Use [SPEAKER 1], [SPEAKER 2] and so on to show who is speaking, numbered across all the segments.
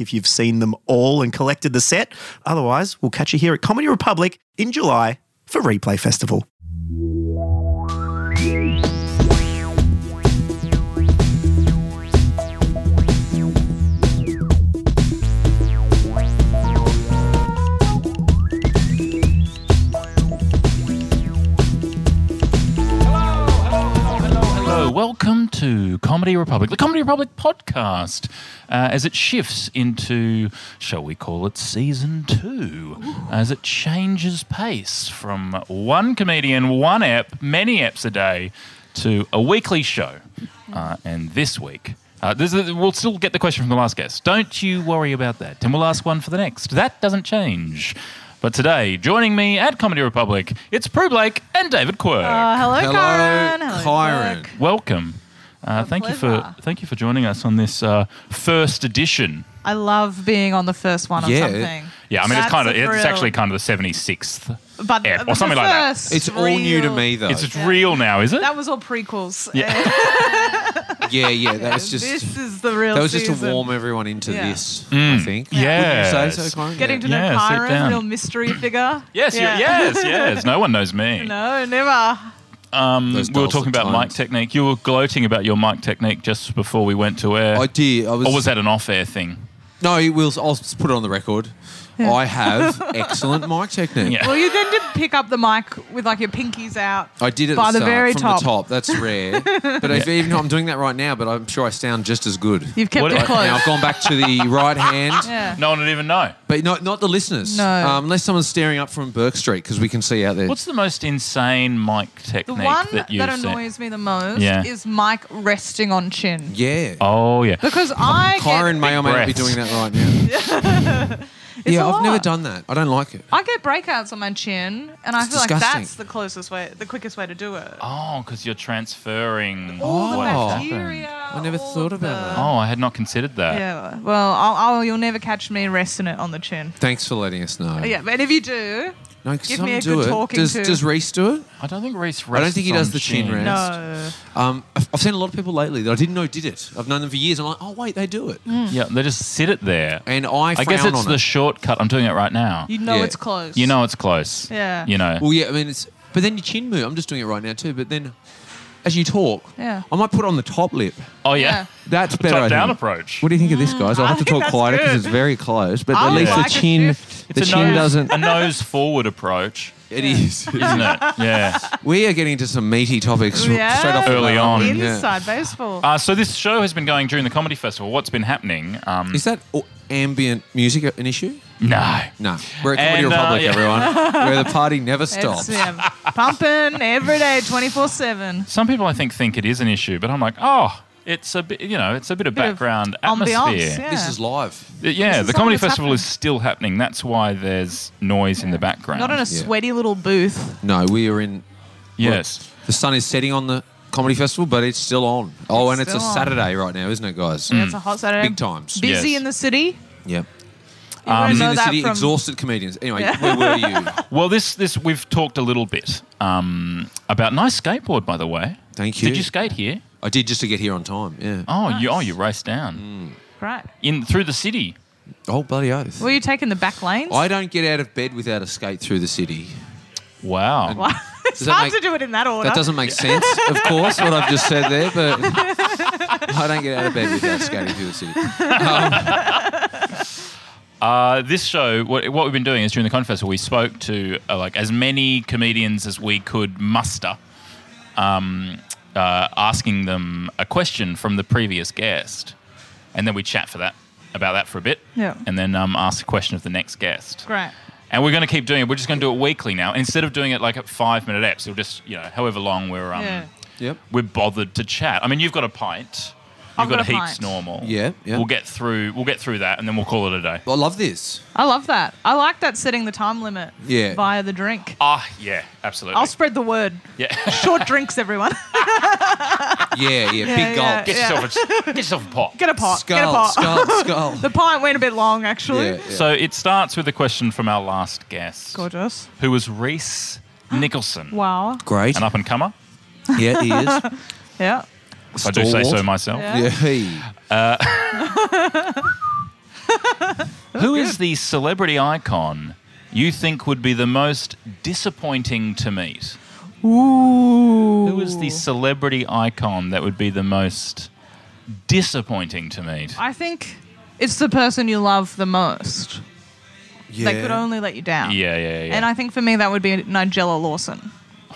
[SPEAKER 1] if you've seen them all and collected the set. Otherwise, we'll catch you here at Comedy Republic in July for Replay Festival.
[SPEAKER 2] Hello, welcome to Comedy Republic, the Comedy Republic podcast, uh, as it shifts into, shall we call it season two, as it changes pace from one comedian, one ep, many eps a day, to a weekly show. Uh, and this week, uh, this is, we'll still get the question from the last guest. Don't you worry about that. And we'll ask one for the next. That doesn't change. But today, joining me at Comedy Republic, it's Prue Blake and David Quirk.
[SPEAKER 3] Oh, hello,
[SPEAKER 4] Hello,
[SPEAKER 3] Kyron. Hello,
[SPEAKER 4] Kyron.
[SPEAKER 3] Kirk.
[SPEAKER 2] Welcome. Uh, thank you for
[SPEAKER 3] pleasure.
[SPEAKER 2] thank you for joining us on this uh, first edition.
[SPEAKER 3] I love being on the first one of
[SPEAKER 4] Yeah.
[SPEAKER 3] something.
[SPEAKER 2] Yeah, I mean
[SPEAKER 3] That's
[SPEAKER 2] it's kind of
[SPEAKER 3] a
[SPEAKER 2] it's
[SPEAKER 3] thrill.
[SPEAKER 2] actually kind of the 76th.
[SPEAKER 3] but
[SPEAKER 2] ep or
[SPEAKER 3] the
[SPEAKER 2] something like that.
[SPEAKER 3] first
[SPEAKER 4] It's all new to
[SPEAKER 3] real-
[SPEAKER 4] me though.
[SPEAKER 2] It's real now, is it?
[SPEAKER 3] Oh, That was all prequels. Uh,
[SPEAKER 2] Yeah.
[SPEAKER 4] yeah, yeah. That was just
[SPEAKER 3] this is the real.
[SPEAKER 4] that was just to
[SPEAKER 3] season.
[SPEAKER 4] warm everyone into
[SPEAKER 3] Yeah.
[SPEAKER 4] this. I think.
[SPEAKER 2] Mm. Yes.
[SPEAKER 4] Wouldn't you say so, Kyron?
[SPEAKER 3] Getting to know
[SPEAKER 2] Yeah, sit
[SPEAKER 3] Kyron,
[SPEAKER 2] down.
[SPEAKER 3] real mystery figure.
[SPEAKER 2] yes, you-
[SPEAKER 3] Yeah.
[SPEAKER 2] yes, yes. No one knows me.
[SPEAKER 3] No, never.
[SPEAKER 2] Um,
[SPEAKER 4] Those
[SPEAKER 2] we were
[SPEAKER 4] dulcet
[SPEAKER 2] talking about mic
[SPEAKER 4] tones.
[SPEAKER 2] technique. You were gloating about your mic technique just before we went to air.
[SPEAKER 4] I did. I was.
[SPEAKER 2] or was that an off-air thing?
[SPEAKER 4] No, it will. I'll s- put it on the record. I have excellent mic technique.
[SPEAKER 2] Yeah.
[SPEAKER 3] Well, you then did pick up the mic with like your pinkies out.
[SPEAKER 4] I did it
[SPEAKER 3] by
[SPEAKER 4] the,
[SPEAKER 3] the
[SPEAKER 4] start,
[SPEAKER 3] very
[SPEAKER 4] from
[SPEAKER 3] top.
[SPEAKER 4] the top. That's rare. But if even I'm doing that right now, but I'm sure I sound just as good.
[SPEAKER 3] You've kept
[SPEAKER 2] What-
[SPEAKER 3] it
[SPEAKER 2] I-
[SPEAKER 3] close.
[SPEAKER 4] Now I've gone back to the right hand,
[SPEAKER 3] yeah.
[SPEAKER 2] No one would even know.
[SPEAKER 4] but not not the listeners.
[SPEAKER 3] No.
[SPEAKER 4] Um, unless someone's staring up from Burke Street because we can see out there.
[SPEAKER 2] What's the most insane mic
[SPEAKER 3] The
[SPEAKER 2] technique
[SPEAKER 3] one
[SPEAKER 2] that
[SPEAKER 3] that,
[SPEAKER 2] you've seen?
[SPEAKER 3] annoys me the most
[SPEAKER 2] Yeah.
[SPEAKER 3] is Mike resting on chin.
[SPEAKER 4] yeah.
[SPEAKER 2] Oh yeah.
[SPEAKER 3] Because I get-
[SPEAKER 4] Kyron may or may not be
[SPEAKER 2] breaths.
[SPEAKER 4] doing that right now.
[SPEAKER 3] it's
[SPEAKER 4] yeah,
[SPEAKER 3] a
[SPEAKER 4] I've never
[SPEAKER 3] lot.
[SPEAKER 4] done that. I don't like it.
[SPEAKER 3] I get breakouts on my chin, and I
[SPEAKER 4] It's
[SPEAKER 3] feel like
[SPEAKER 4] disgusting.
[SPEAKER 3] that's the closest way, the quickest way to do it.
[SPEAKER 2] Oh, because you're transferring.
[SPEAKER 3] All the
[SPEAKER 4] Oh.
[SPEAKER 2] what has
[SPEAKER 3] bacteria.
[SPEAKER 2] happened.
[SPEAKER 4] I never
[SPEAKER 3] all
[SPEAKER 4] thought about
[SPEAKER 3] the-
[SPEAKER 4] that.
[SPEAKER 2] Oh, I had not considered that.
[SPEAKER 3] Yeah. Well, I'll, I'll, you'll never catch me resting it on the chin.
[SPEAKER 4] Thanks for letting us know.
[SPEAKER 3] Yeah, but if you do,
[SPEAKER 4] No,
[SPEAKER 3] Give
[SPEAKER 4] some
[SPEAKER 3] me a
[SPEAKER 4] do
[SPEAKER 3] good
[SPEAKER 4] it.
[SPEAKER 3] talking
[SPEAKER 4] does,
[SPEAKER 3] to.
[SPEAKER 4] does Reese do it?
[SPEAKER 2] I don't think Reese.
[SPEAKER 4] I don't think he
[SPEAKER 2] rests
[SPEAKER 4] does
[SPEAKER 2] on
[SPEAKER 4] the chin
[SPEAKER 2] chin.
[SPEAKER 4] rest.
[SPEAKER 3] no.
[SPEAKER 4] Um, I've, I've seen a lot of people lately that I didn't know did it. I've known them for years. I'm like, oh wait, they do it.
[SPEAKER 3] Mm.
[SPEAKER 2] Yeah, they just sit it there.
[SPEAKER 4] And I,
[SPEAKER 2] I guess
[SPEAKER 4] frown
[SPEAKER 2] it's
[SPEAKER 4] on
[SPEAKER 2] the
[SPEAKER 4] it.
[SPEAKER 2] shortcut. I'm doing it right now.
[SPEAKER 3] You know
[SPEAKER 4] Yeah.
[SPEAKER 3] it's close.
[SPEAKER 2] You know it's close.
[SPEAKER 3] Yeah.
[SPEAKER 2] You know.
[SPEAKER 4] well, yeah. I mean, it's but then your chin move. I'm just doing it right now too. But then, as you talk,
[SPEAKER 3] Yeah.
[SPEAKER 4] I might put on the top lip.
[SPEAKER 2] Oh
[SPEAKER 3] Yeah.
[SPEAKER 2] yeah.
[SPEAKER 4] That's better.
[SPEAKER 2] Top
[SPEAKER 4] I
[SPEAKER 2] down
[SPEAKER 4] think.
[SPEAKER 2] approach.
[SPEAKER 4] What do you think of this, guys? I'll
[SPEAKER 3] I
[SPEAKER 4] have to
[SPEAKER 3] think
[SPEAKER 4] talk
[SPEAKER 3] that's
[SPEAKER 4] quieter because
[SPEAKER 3] good.
[SPEAKER 4] it's very close. But
[SPEAKER 3] I
[SPEAKER 4] at
[SPEAKER 3] would
[SPEAKER 4] least
[SPEAKER 3] like a
[SPEAKER 4] the chin,
[SPEAKER 3] shift.
[SPEAKER 4] the
[SPEAKER 2] a
[SPEAKER 4] chin
[SPEAKER 2] nose,
[SPEAKER 4] doesn't.
[SPEAKER 2] a nose forward approach,
[SPEAKER 4] It is.
[SPEAKER 2] isn't it? Yeah.
[SPEAKER 4] we are getting into some meaty topics r-
[SPEAKER 3] Yeah.
[SPEAKER 4] straight off the
[SPEAKER 2] Early
[SPEAKER 4] bat. Ah,
[SPEAKER 2] on.
[SPEAKER 4] Yeah.
[SPEAKER 3] Inside baseball.
[SPEAKER 2] Uh, so this show has been going during the comedy festival. What's been happening? Um,
[SPEAKER 4] Is that o- ambient music an issue?
[SPEAKER 2] no.
[SPEAKER 4] No, we're at Comedy
[SPEAKER 2] And, uh,
[SPEAKER 4] Republic,
[SPEAKER 2] yeah.
[SPEAKER 4] everyone, where the party never
[SPEAKER 3] it's
[SPEAKER 4] stops.
[SPEAKER 3] yeah, pumping every day, twenty four seven.
[SPEAKER 2] Some people I think think it is an issue, but I'm like, oh, it's a bit, you know, it's a bit of
[SPEAKER 3] Bit of
[SPEAKER 2] background atmosphere.
[SPEAKER 3] ambiance, yeah.
[SPEAKER 4] This is live.
[SPEAKER 2] Yeah,
[SPEAKER 3] is
[SPEAKER 2] the comedy
[SPEAKER 3] something that's
[SPEAKER 2] festival is still happening. That's why there's noise in the background.
[SPEAKER 3] Not in a sweaty little booth.
[SPEAKER 4] No, we are in.
[SPEAKER 2] yes.
[SPEAKER 4] The sun is setting on the comedy festival, but it's still on.
[SPEAKER 3] It's
[SPEAKER 4] Oh, and it's a
[SPEAKER 3] still on.
[SPEAKER 4] Saturday right now, isn't it, guys?
[SPEAKER 3] Yeah, It's a hot Saturday.
[SPEAKER 4] Mm. Big times.
[SPEAKER 3] Busy
[SPEAKER 2] Yes.
[SPEAKER 3] in the city. You
[SPEAKER 4] Yep.
[SPEAKER 3] won't
[SPEAKER 2] Busy
[SPEAKER 4] Busy
[SPEAKER 3] know
[SPEAKER 4] Um, in the
[SPEAKER 3] that
[SPEAKER 4] city,
[SPEAKER 3] from
[SPEAKER 4] exhausted comedians. Anyway,
[SPEAKER 3] Yeah.
[SPEAKER 4] where were you?
[SPEAKER 2] Well, this this we've talked a little bit um, about nice skateboard, by the way.
[SPEAKER 4] Thank you.
[SPEAKER 2] Did you skate here?
[SPEAKER 4] I did just to get here on time. Yeah.
[SPEAKER 2] Oh, you oh you raced down
[SPEAKER 3] right.
[SPEAKER 2] in through the city.
[SPEAKER 4] Oh, bloody oath.
[SPEAKER 3] Were you taking the back lanes?
[SPEAKER 4] I don't get out of bed without a skate through the city.
[SPEAKER 2] Wow.
[SPEAKER 3] Why- it's
[SPEAKER 4] Does that
[SPEAKER 3] hard
[SPEAKER 4] make-
[SPEAKER 3] to do it in that order.
[SPEAKER 4] That doesn't make sense, of course, what I've just said there, but I don't get out of bed without skating through the city.
[SPEAKER 2] Uh, this show, what, what we've been doing is during the comedy festival, we spoke to uh, like as many comedians as we could muster, um, uh, asking them a question from the previous guest, and then we chat for that about that for a bit,
[SPEAKER 3] Yeah.
[SPEAKER 2] and then um, ask a question of the next guest.
[SPEAKER 3] Great.
[SPEAKER 2] And we're going to keep doing it. We're just going to do it weekly now. Instead of doing it like at five minute apps, it'll just, you know, however long we're um,
[SPEAKER 3] Yeah.
[SPEAKER 4] Yep.
[SPEAKER 2] we're bothered to chat. I mean, you've got a pint. You've
[SPEAKER 3] I've got a
[SPEAKER 2] heaps
[SPEAKER 3] pint.
[SPEAKER 2] normal.
[SPEAKER 4] Yeah, yeah.
[SPEAKER 2] We'll get through. We'll get through that, and then we'll call it a day.
[SPEAKER 4] I love this.
[SPEAKER 3] I love that. I like that setting the time limit
[SPEAKER 4] Yeah.
[SPEAKER 3] via the drink.
[SPEAKER 2] Ah, yeah, absolutely.
[SPEAKER 3] I'll spread the word.
[SPEAKER 2] yeah,
[SPEAKER 3] Short drinks, everyone.
[SPEAKER 4] Yeah, yeah, big
[SPEAKER 3] yeah.
[SPEAKER 4] gulp.
[SPEAKER 2] get yourself a get yourself a pot.
[SPEAKER 3] Get a pot. Get a
[SPEAKER 4] Skull,
[SPEAKER 3] pot.
[SPEAKER 4] skull, skull.
[SPEAKER 3] The pint went a bit long, actually.
[SPEAKER 4] Yeah, yeah.
[SPEAKER 2] So it starts with a question from our last guest,
[SPEAKER 3] Gorgeous.
[SPEAKER 2] who was Reese Nicholson,
[SPEAKER 3] Wow.
[SPEAKER 4] Great.
[SPEAKER 2] an up and comer.
[SPEAKER 4] Yeah, he is.
[SPEAKER 3] Yeah.
[SPEAKER 2] If I do say so
[SPEAKER 4] Stalwart.
[SPEAKER 2] myself.
[SPEAKER 3] Yeah.
[SPEAKER 4] Yeah, he.
[SPEAKER 2] Who is the celebrity icon you think would be the most disappointing to meet?
[SPEAKER 3] Ooh.
[SPEAKER 2] Who is the celebrity icon that would be the most disappointing to meet?
[SPEAKER 3] I think it's the person you love the most.
[SPEAKER 4] Yeah.
[SPEAKER 3] They could only let you down.
[SPEAKER 2] Yeah, yeah, yeah.
[SPEAKER 3] And I think for me that would be Nigella Lawson.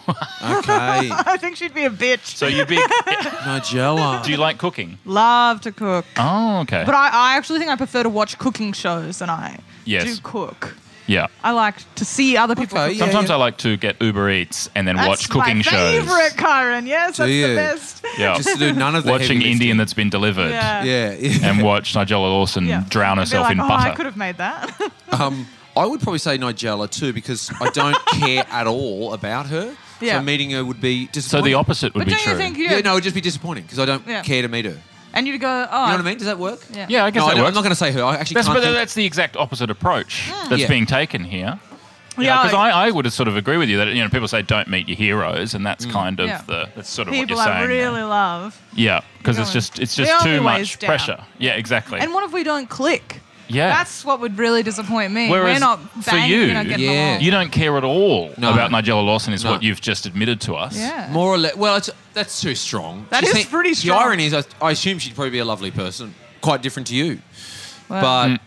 [SPEAKER 4] Okay.
[SPEAKER 3] I think she'd be a bitch.
[SPEAKER 2] so you big?
[SPEAKER 4] Nigella.
[SPEAKER 2] Do you like cooking?
[SPEAKER 3] Love to cook.
[SPEAKER 2] Oh, okay.
[SPEAKER 3] But I, I actually think I prefer to watch cooking shows than I
[SPEAKER 2] Yes.
[SPEAKER 3] do cook.
[SPEAKER 2] yeah.
[SPEAKER 3] I like to see other people
[SPEAKER 4] Okay,
[SPEAKER 3] cook.
[SPEAKER 4] yeah,
[SPEAKER 2] Sometimes
[SPEAKER 4] yeah.
[SPEAKER 2] I like to get Uber Eats and then
[SPEAKER 3] That's
[SPEAKER 2] watch cooking
[SPEAKER 3] my
[SPEAKER 2] shows.
[SPEAKER 3] favorite, Kyron. Yes, that's
[SPEAKER 4] you?
[SPEAKER 3] the best.
[SPEAKER 2] Yeah.
[SPEAKER 4] Just to do none of the
[SPEAKER 2] Watching
[SPEAKER 4] heavy
[SPEAKER 2] Indian that's been delivered
[SPEAKER 3] Yeah.
[SPEAKER 4] lifting. Yeah. yeah.
[SPEAKER 2] and watch Nigella Lawson
[SPEAKER 3] Yeah.
[SPEAKER 2] drown
[SPEAKER 3] I'd be
[SPEAKER 2] herself
[SPEAKER 3] like,
[SPEAKER 2] in
[SPEAKER 3] oh, I
[SPEAKER 2] butter.
[SPEAKER 3] could have made that.
[SPEAKER 4] Um, I would probably say Nigella too because I don't care at all about her.
[SPEAKER 3] Yeah.
[SPEAKER 4] So meeting her would be
[SPEAKER 2] so
[SPEAKER 4] disappointing.
[SPEAKER 2] the opposite would
[SPEAKER 3] but
[SPEAKER 2] be
[SPEAKER 3] don't
[SPEAKER 2] true.
[SPEAKER 3] you think you
[SPEAKER 4] Yeah, no, it would just be disappointing because I don't
[SPEAKER 3] Yeah.
[SPEAKER 4] care to meet her. You know
[SPEAKER 3] and you'd go, oh,
[SPEAKER 4] what I mean? Does that work?
[SPEAKER 3] Yeah.
[SPEAKER 2] yeah, I guess
[SPEAKER 4] No, I
[SPEAKER 2] that
[SPEAKER 4] don't-
[SPEAKER 2] works.
[SPEAKER 4] I'm not going to say her. I actually
[SPEAKER 2] that's,
[SPEAKER 4] can't
[SPEAKER 2] but
[SPEAKER 4] think.
[SPEAKER 2] that's the exact opposite approach
[SPEAKER 3] Hmm.
[SPEAKER 2] that's
[SPEAKER 4] Yeah.
[SPEAKER 2] being taken here.
[SPEAKER 3] Yeah,
[SPEAKER 2] because
[SPEAKER 3] I-
[SPEAKER 2] I, I would sort of agree with you that you know people say don't meet your heroes, and
[SPEAKER 4] Hmm.
[SPEAKER 2] that's kind of
[SPEAKER 3] Yeah.
[SPEAKER 2] the that's sort of
[SPEAKER 3] people
[SPEAKER 2] what you're
[SPEAKER 3] I
[SPEAKER 2] saying. there.
[SPEAKER 3] really love.
[SPEAKER 2] yeah, because
[SPEAKER 3] You
[SPEAKER 2] it's
[SPEAKER 3] know,
[SPEAKER 2] just it's
[SPEAKER 3] they
[SPEAKER 2] just
[SPEAKER 3] only
[SPEAKER 2] too
[SPEAKER 3] weighs
[SPEAKER 2] much
[SPEAKER 3] down.
[SPEAKER 2] pressure. Yeah, exactly.
[SPEAKER 3] And what if we don't click?
[SPEAKER 2] yeah,
[SPEAKER 3] That's what would really disappoint me.
[SPEAKER 2] Whereas
[SPEAKER 3] We're not
[SPEAKER 2] for
[SPEAKER 3] banging,
[SPEAKER 2] you,
[SPEAKER 3] you know, getting
[SPEAKER 4] Yeah.
[SPEAKER 3] along.
[SPEAKER 2] you don't care at all
[SPEAKER 4] No.
[SPEAKER 2] about Nigella Lawson, is
[SPEAKER 4] No.
[SPEAKER 2] what you've just admitted to us.
[SPEAKER 3] yeah.
[SPEAKER 4] More or less. Well, it's, that's too strong.
[SPEAKER 3] That
[SPEAKER 4] She's
[SPEAKER 3] is
[SPEAKER 4] seen-
[SPEAKER 3] pretty
[SPEAKER 4] The
[SPEAKER 3] strong.
[SPEAKER 4] irony is, I, I assume she'd probably be a lovely person, quite different to you.
[SPEAKER 3] Well,
[SPEAKER 4] But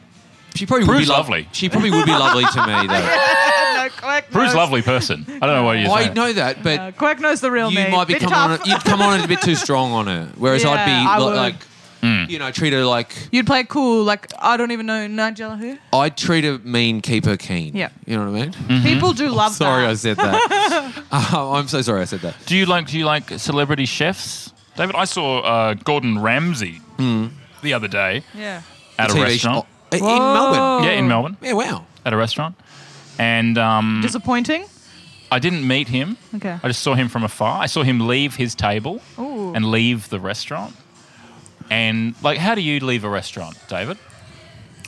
[SPEAKER 4] she probably would
[SPEAKER 2] Prue's
[SPEAKER 4] be lo-
[SPEAKER 2] Mm. lovely.
[SPEAKER 4] She probably would be lovely to me, though.
[SPEAKER 3] no, Quirk
[SPEAKER 2] Prue's
[SPEAKER 3] knows-
[SPEAKER 2] a lovely person. I don't know what you're
[SPEAKER 4] I
[SPEAKER 2] saying.
[SPEAKER 4] know that, but
[SPEAKER 3] Uh, Quirk knows the real
[SPEAKER 4] you
[SPEAKER 3] me.
[SPEAKER 4] might be
[SPEAKER 3] Bit
[SPEAKER 4] coming on.
[SPEAKER 3] tough.
[SPEAKER 4] It, you'd come on it a bit too strong on her, whereas I'd be
[SPEAKER 3] Yeah, I
[SPEAKER 4] li-
[SPEAKER 3] would.
[SPEAKER 4] like,
[SPEAKER 2] Mm.
[SPEAKER 4] you know, treat her like
[SPEAKER 3] You'd play it cool, like I don't even know Nigella who.
[SPEAKER 4] I'd treat her mean, keep her keen.
[SPEAKER 3] Yeah.
[SPEAKER 4] you know what I mean.
[SPEAKER 2] Mm. Mm-hmm.
[SPEAKER 3] People do love
[SPEAKER 4] Oh, Sorry, I
[SPEAKER 3] that.
[SPEAKER 4] said that. Uh, I'm so sorry I said that.
[SPEAKER 2] Do you like do you like celebrity chefs, David? I saw uh, Gordon Ramsay
[SPEAKER 4] Hmm.
[SPEAKER 2] the other day
[SPEAKER 3] yeah.
[SPEAKER 2] at a
[SPEAKER 4] TV
[SPEAKER 2] restaurant.
[SPEAKER 4] show- Oh, in
[SPEAKER 3] Whoa.
[SPEAKER 4] Melbourne.
[SPEAKER 2] Yeah, in
[SPEAKER 3] Oh.
[SPEAKER 2] Melbourne
[SPEAKER 4] Yeah, wow.
[SPEAKER 2] at a restaurant, and um,
[SPEAKER 3] Disappointing.
[SPEAKER 2] I didn't meet him.
[SPEAKER 3] Okay.
[SPEAKER 2] I just saw him from afar. I saw him leave his table
[SPEAKER 3] Ooh.
[SPEAKER 2] and leave the restaurant. And like, how do you leave a restaurant, David?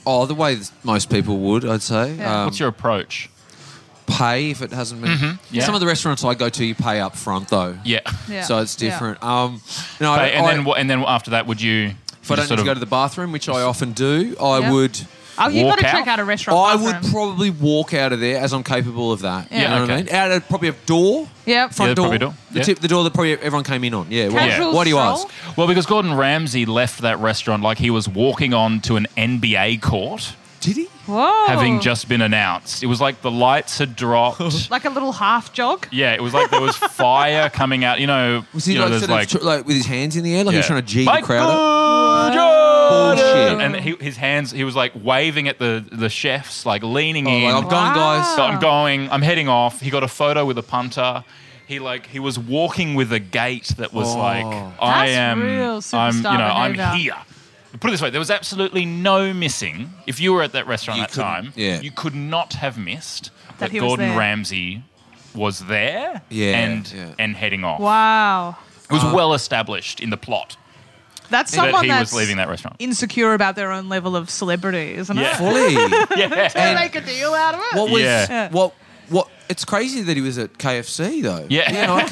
[SPEAKER 4] Oh, the way that most people would, I'd say.
[SPEAKER 3] Yeah.
[SPEAKER 4] Um,
[SPEAKER 2] What's your approach?
[SPEAKER 4] pay if it hasn't been?
[SPEAKER 2] yeah.
[SPEAKER 4] Some of the restaurants I go to, you pay up front though.
[SPEAKER 2] Yeah.
[SPEAKER 3] Mm-hmm. Yeah.
[SPEAKER 4] So it's
[SPEAKER 3] Yeah.
[SPEAKER 4] different. Um, no, I,
[SPEAKER 2] But- and
[SPEAKER 4] I-
[SPEAKER 2] then, what, and then after that, would you?
[SPEAKER 4] if I
[SPEAKER 2] just
[SPEAKER 4] don't need
[SPEAKER 2] sort
[SPEAKER 4] to
[SPEAKER 2] of-
[SPEAKER 4] go to the bathroom, which I often do, I
[SPEAKER 3] Yeah.
[SPEAKER 4] would.
[SPEAKER 3] Oh, you
[SPEAKER 2] Walk
[SPEAKER 3] got to
[SPEAKER 2] out?
[SPEAKER 3] check out a restaurant.
[SPEAKER 4] I
[SPEAKER 3] bathroom.
[SPEAKER 4] would probably walk out of there as I'm capable of that.
[SPEAKER 3] Yeah.
[SPEAKER 4] You know what I
[SPEAKER 2] Okay.
[SPEAKER 4] mean? Out of probably a door.
[SPEAKER 3] Yep.
[SPEAKER 4] Front
[SPEAKER 2] Yeah,
[SPEAKER 4] door.
[SPEAKER 2] probably door.
[SPEAKER 4] The
[SPEAKER 2] Yeah.
[SPEAKER 4] tip, the door that probably everyone came in on. Yeah. why-
[SPEAKER 3] Casual
[SPEAKER 4] Why do you
[SPEAKER 3] stroll?
[SPEAKER 4] ask?
[SPEAKER 2] well, because Gordon Ramsay left that restaurant like he was walking on to an NBA court,
[SPEAKER 4] Did he?
[SPEAKER 3] Whoa.
[SPEAKER 2] having just been announced. It was like the lights had dropped.
[SPEAKER 3] like a little half jog.
[SPEAKER 2] yeah, it was like there was fire coming out. You know,
[SPEAKER 4] Was he
[SPEAKER 2] you know,
[SPEAKER 4] like,
[SPEAKER 2] there's
[SPEAKER 4] sort of tr- like with his hands in the air, like he was
[SPEAKER 2] Yeah.
[SPEAKER 4] trying to G
[SPEAKER 2] Mike
[SPEAKER 4] the crowd? up?
[SPEAKER 2] Jordan!
[SPEAKER 4] Bullshit.
[SPEAKER 2] And he, his hands, he was like waving at the, the chefs, like leaning
[SPEAKER 4] Oh,
[SPEAKER 2] in.
[SPEAKER 4] like, I'm gone, guys.
[SPEAKER 2] So I'm going. I'm heading off. He got a photo with a punter. He like he was walking with a gait that was
[SPEAKER 4] Oh.
[SPEAKER 2] like I
[SPEAKER 3] That's
[SPEAKER 2] am.
[SPEAKER 3] real
[SPEAKER 2] I'm you know
[SPEAKER 3] superstar
[SPEAKER 2] I'm
[SPEAKER 3] behaviour.
[SPEAKER 2] here. Put it this way: there was absolutely no missing. If you were at that restaurant
[SPEAKER 4] You
[SPEAKER 2] at that
[SPEAKER 4] couldn't-
[SPEAKER 2] time,
[SPEAKER 4] yeah.
[SPEAKER 2] you could not have missed
[SPEAKER 3] That
[SPEAKER 2] that,
[SPEAKER 3] he was
[SPEAKER 2] Gordon
[SPEAKER 3] there.
[SPEAKER 2] Ramsay was there
[SPEAKER 4] Yeah,
[SPEAKER 2] and
[SPEAKER 4] yeah.
[SPEAKER 2] and heading off.
[SPEAKER 3] Wow.
[SPEAKER 2] It was well established in the plot
[SPEAKER 3] That's
[SPEAKER 2] that
[SPEAKER 3] someone
[SPEAKER 2] he
[SPEAKER 3] that's
[SPEAKER 2] was leaving that restaurant.
[SPEAKER 3] insecure about their own level of celebrity, isn't
[SPEAKER 2] Yeah.
[SPEAKER 3] it?
[SPEAKER 4] Fully.
[SPEAKER 2] yeah.
[SPEAKER 3] They make a deal out of it.
[SPEAKER 4] What was
[SPEAKER 2] Yeah.
[SPEAKER 3] Yeah.
[SPEAKER 4] what what? It's crazy that he was at KFC though.
[SPEAKER 2] Yeah.
[SPEAKER 4] you know, I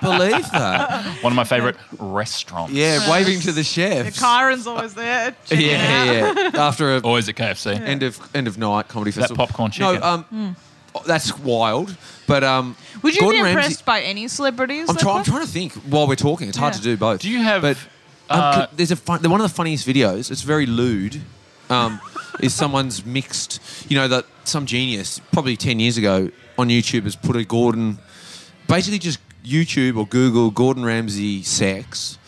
[SPEAKER 4] can't believe that.
[SPEAKER 2] One of my favorite restaurants.
[SPEAKER 4] Yeah, waving to the chef.
[SPEAKER 3] Kyron's always there.
[SPEAKER 4] Yeah,
[SPEAKER 3] checking out.
[SPEAKER 4] yeah. After a
[SPEAKER 2] Always at KFC.
[SPEAKER 4] end of end of night comedy festival.
[SPEAKER 2] popcorn
[SPEAKER 4] No,
[SPEAKER 2] chicken.
[SPEAKER 4] um, oh, that's wild. But um,
[SPEAKER 3] Hmm. Would you
[SPEAKER 4] Gordon
[SPEAKER 3] be
[SPEAKER 4] Ramsay-
[SPEAKER 3] impressed by any celebrities?
[SPEAKER 4] I'm,
[SPEAKER 3] that
[SPEAKER 4] try, I'm
[SPEAKER 3] way?
[SPEAKER 4] trying to think while we're talking. It's hard
[SPEAKER 3] Yeah.
[SPEAKER 4] to do both.
[SPEAKER 2] Do you have,
[SPEAKER 4] But um,
[SPEAKER 2] uh,
[SPEAKER 4] c- there's a fun, one of the funniest videos. It's very lewd. Um, is someone's mixed? You know that some genius probably ten years ago on YouTube has put a Gordon, basically just YouTube or Google Gordon Ramsay sex,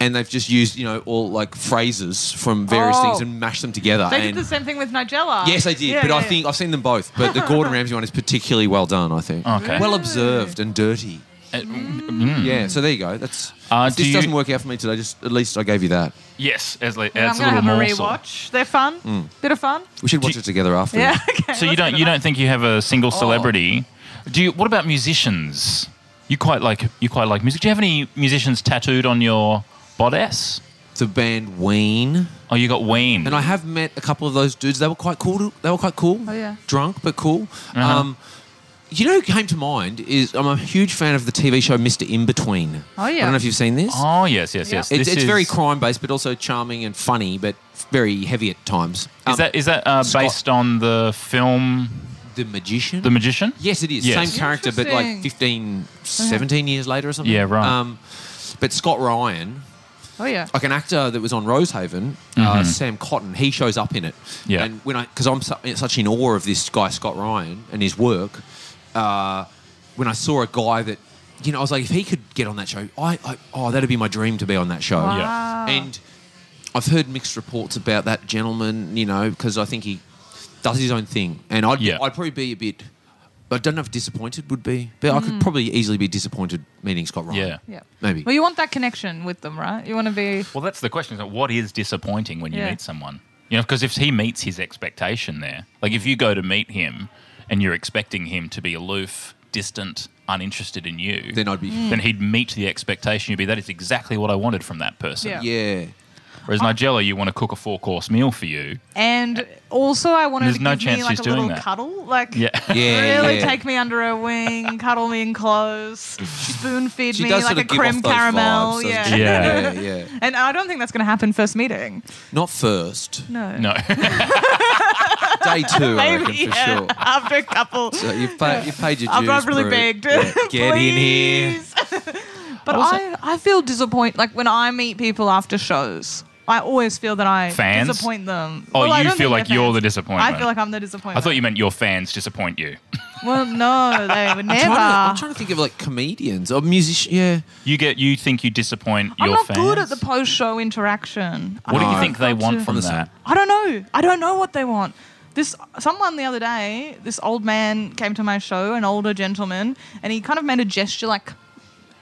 [SPEAKER 4] and they've just used you know all like phrases from various
[SPEAKER 3] Oh.
[SPEAKER 4] things and mashed them together.
[SPEAKER 3] They did
[SPEAKER 4] and
[SPEAKER 3] the same thing with Nigella.
[SPEAKER 4] Yes, I did.
[SPEAKER 3] Yeah,
[SPEAKER 4] but I
[SPEAKER 3] yeah.
[SPEAKER 4] think I've seen them both. But the Gordon Ramsay one is particularly well done. I think.
[SPEAKER 2] Okay.
[SPEAKER 4] Well observed and dirty.
[SPEAKER 2] Uh, mm,
[SPEAKER 4] Yeah. So there you go. That's.
[SPEAKER 2] Uh,
[SPEAKER 4] if
[SPEAKER 2] do
[SPEAKER 4] this
[SPEAKER 2] you-
[SPEAKER 4] doesn't work out for me today. Just at least I gave you that.
[SPEAKER 2] yes, as le-
[SPEAKER 3] I'm
[SPEAKER 2] adds a
[SPEAKER 3] gonna
[SPEAKER 2] little
[SPEAKER 3] have a
[SPEAKER 2] morsel.
[SPEAKER 3] rewatch. They're fun.
[SPEAKER 4] Hmm.
[SPEAKER 3] Bit of fun.
[SPEAKER 4] We should watch it together after.
[SPEAKER 3] Yeah. Okay.
[SPEAKER 2] So you don't you don't think you have a single
[SPEAKER 3] Oh.
[SPEAKER 2] celebrity? Do you? What about musicians? You quite like you quite like music. Do you have any musicians tattooed on your bodice?
[SPEAKER 4] The band Ween.
[SPEAKER 2] Oh, you got Ween.
[SPEAKER 4] And I have met a couple of those dudes. They were quite cool. to- They were quite cool.
[SPEAKER 3] Oh, yeah.
[SPEAKER 4] Drunk but cool.
[SPEAKER 2] Uh-huh.
[SPEAKER 4] Um, you know, who came to mind is I'm a huge fan of the TV show Mr. In Between.
[SPEAKER 3] Oh,
[SPEAKER 4] I
[SPEAKER 3] yeah.
[SPEAKER 4] don't know if you've seen this.
[SPEAKER 2] oh yes, yes,
[SPEAKER 3] Yeah.
[SPEAKER 2] yes.
[SPEAKER 4] It's,
[SPEAKER 2] This
[SPEAKER 4] it's
[SPEAKER 2] is-
[SPEAKER 4] very crime based, but also charming and funny, but very heavy at times. Um,
[SPEAKER 2] Is that is that uh,
[SPEAKER 4] Scott-
[SPEAKER 2] based on the film
[SPEAKER 4] the magician?
[SPEAKER 2] The Magician?
[SPEAKER 4] Yes, it is.
[SPEAKER 2] Yes.
[SPEAKER 4] Same character, but like
[SPEAKER 3] Interesting.
[SPEAKER 4] 15, 17 years later or something.
[SPEAKER 2] Yeah, right.
[SPEAKER 4] Um, but Scott Ryan,
[SPEAKER 3] Oh yeah.
[SPEAKER 4] like an actor that was on Rosehaven, uh, Sam Cotton, he shows up in it.
[SPEAKER 2] Mm-hmm. Yeah.
[SPEAKER 4] And when I, because I'm su- such in awe of this guy, Scott Ryan, and his work, uh, when I saw a guy that, you know, I was like, if he could get on that show, I, I oh, that'd be my dream to be on that show.
[SPEAKER 3] Wow.
[SPEAKER 2] Yeah.
[SPEAKER 4] And I've heard mixed reports about that gentleman, you know, because I think he does his own thing. And I'd,
[SPEAKER 2] Yeah.
[SPEAKER 4] I'd probably be a bit, I don't know if disappointed would be, but I
[SPEAKER 3] Mm.
[SPEAKER 4] could probably easily be disappointed meeting Scott Ryan.
[SPEAKER 2] Yeah.
[SPEAKER 3] yeah.
[SPEAKER 4] Maybe.
[SPEAKER 3] Well, you want that connection with them, right? You want to be.
[SPEAKER 2] Well, that's the question. Is that what is disappointing when you
[SPEAKER 3] Yeah.
[SPEAKER 2] meet someone? You know, because if he meets his expectation there, like if you go to meet him and you're expecting him to be aloof, distant, uninterested in you,
[SPEAKER 4] Then I'd be,
[SPEAKER 3] Mm.
[SPEAKER 2] then he'd meet the expectation. You'd be, that is exactly what I wanted from that person.
[SPEAKER 3] Yeah.
[SPEAKER 4] yeah.
[SPEAKER 2] Whereas Nigella, you want to cook a four course meal for you.
[SPEAKER 3] And also, I wanted
[SPEAKER 2] Uh, There's
[SPEAKER 3] to
[SPEAKER 2] no
[SPEAKER 3] give
[SPEAKER 2] chance
[SPEAKER 3] me like
[SPEAKER 2] she's
[SPEAKER 3] a little
[SPEAKER 2] doing that.
[SPEAKER 3] cuddle, like
[SPEAKER 2] Yeah.
[SPEAKER 4] Yeah,
[SPEAKER 3] really
[SPEAKER 4] yeah.
[SPEAKER 3] take me under her wing, cuddle me in close, spoon feed
[SPEAKER 4] She
[SPEAKER 3] me
[SPEAKER 4] does
[SPEAKER 3] like
[SPEAKER 4] sort
[SPEAKER 3] a
[SPEAKER 4] of give off
[SPEAKER 3] creme
[SPEAKER 4] those
[SPEAKER 3] caramel.
[SPEAKER 4] vibes,
[SPEAKER 3] yeah.
[SPEAKER 4] doesn't she?
[SPEAKER 2] Yeah.
[SPEAKER 4] yeah, yeah.
[SPEAKER 3] And I don't think that's going to happen first meeting.
[SPEAKER 4] Not first.
[SPEAKER 3] No.
[SPEAKER 2] No.
[SPEAKER 4] Day two, I reckon,
[SPEAKER 3] Maybe
[SPEAKER 4] for
[SPEAKER 3] yeah,
[SPEAKER 4] sure.
[SPEAKER 3] after a couple.
[SPEAKER 4] So you've, pa- you've paid your
[SPEAKER 3] I've,
[SPEAKER 4] dues.
[SPEAKER 3] I've really
[SPEAKER 4] Brute.
[SPEAKER 3] begged.
[SPEAKER 4] Yeah, Get in here.
[SPEAKER 3] Please. but I, I feel disappointed. Like when I meet people after shows, I always feel that I
[SPEAKER 2] Fans?
[SPEAKER 3] disappoint them.
[SPEAKER 2] Oh,
[SPEAKER 3] Well, I
[SPEAKER 2] you
[SPEAKER 3] don't
[SPEAKER 2] feel
[SPEAKER 3] think
[SPEAKER 2] like
[SPEAKER 3] they're
[SPEAKER 2] you're
[SPEAKER 3] fans.
[SPEAKER 2] the disappointment.
[SPEAKER 3] I feel like I'm the disappointment.
[SPEAKER 2] I thought you meant your fans disappoint you.
[SPEAKER 3] Well, no, they would
[SPEAKER 4] I'm
[SPEAKER 3] never.
[SPEAKER 4] trying, to, I'm trying to think of like comedians or musicians. Yeah.
[SPEAKER 2] You get you think you disappoint
[SPEAKER 3] I'm
[SPEAKER 2] your
[SPEAKER 3] not
[SPEAKER 2] fans.
[SPEAKER 3] good at the post-show interaction. I
[SPEAKER 2] What do
[SPEAKER 3] don't
[SPEAKER 2] you think they
[SPEAKER 3] how
[SPEAKER 2] want
[SPEAKER 3] to-
[SPEAKER 2] from
[SPEAKER 4] I'm the
[SPEAKER 2] that?
[SPEAKER 3] I don't know. I don't know what they want. This someone the other day, this old man came to my show, an older gentleman, and he kind of made a gesture like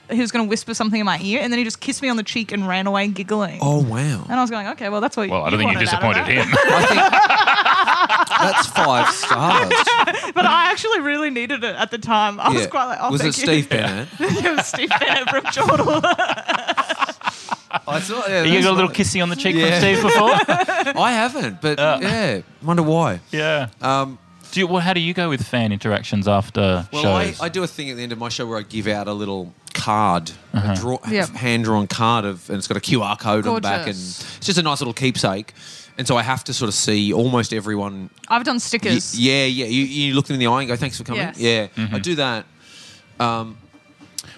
[SPEAKER 3] he was going to whisper something in my ear, and then he just kissed me on the cheek and ran away giggling.
[SPEAKER 4] Oh, wow.
[SPEAKER 3] And I was going, okay, well that's what.
[SPEAKER 2] Well, I
[SPEAKER 3] you
[SPEAKER 2] don't think you
[SPEAKER 3] wanted out of
[SPEAKER 2] disappointed
[SPEAKER 3] that."
[SPEAKER 2] him.
[SPEAKER 4] I think that's five stars.
[SPEAKER 3] But I actually really needed it at the time. I was
[SPEAKER 4] Yeah.
[SPEAKER 3] quite like, oh,
[SPEAKER 4] was it
[SPEAKER 3] thank you.
[SPEAKER 4] Steve Bennett?
[SPEAKER 3] it was Steve Bennett from Chortle.
[SPEAKER 4] I thought, yeah,
[SPEAKER 2] you
[SPEAKER 4] that's
[SPEAKER 2] got a little
[SPEAKER 4] right.
[SPEAKER 2] kissy on the cheek
[SPEAKER 4] Yeah.
[SPEAKER 2] from Steve before?
[SPEAKER 4] I haven't, but yeah, wonder why.
[SPEAKER 2] yeah.
[SPEAKER 4] Um,
[SPEAKER 2] Do you, well, how do you go with fan interactions after
[SPEAKER 4] well, I,
[SPEAKER 2] shows?
[SPEAKER 4] I do a thing at the end of my show where I give out a little card,
[SPEAKER 2] Uh-huh.
[SPEAKER 4] a draw,
[SPEAKER 3] Yep.
[SPEAKER 4] hand-drawn card of, and it's got a QR code on the back, and
[SPEAKER 3] Gorgeous.
[SPEAKER 4] it's just a nice little keepsake. And so I have to sort of see almost everyone
[SPEAKER 3] I've done
[SPEAKER 4] Y-
[SPEAKER 3] stickers.
[SPEAKER 4] yeah, yeah. You, you look them in the eye and go, "Thanks for coming."
[SPEAKER 3] Yes.
[SPEAKER 4] Yeah,
[SPEAKER 2] Mm-hmm.
[SPEAKER 4] I do that.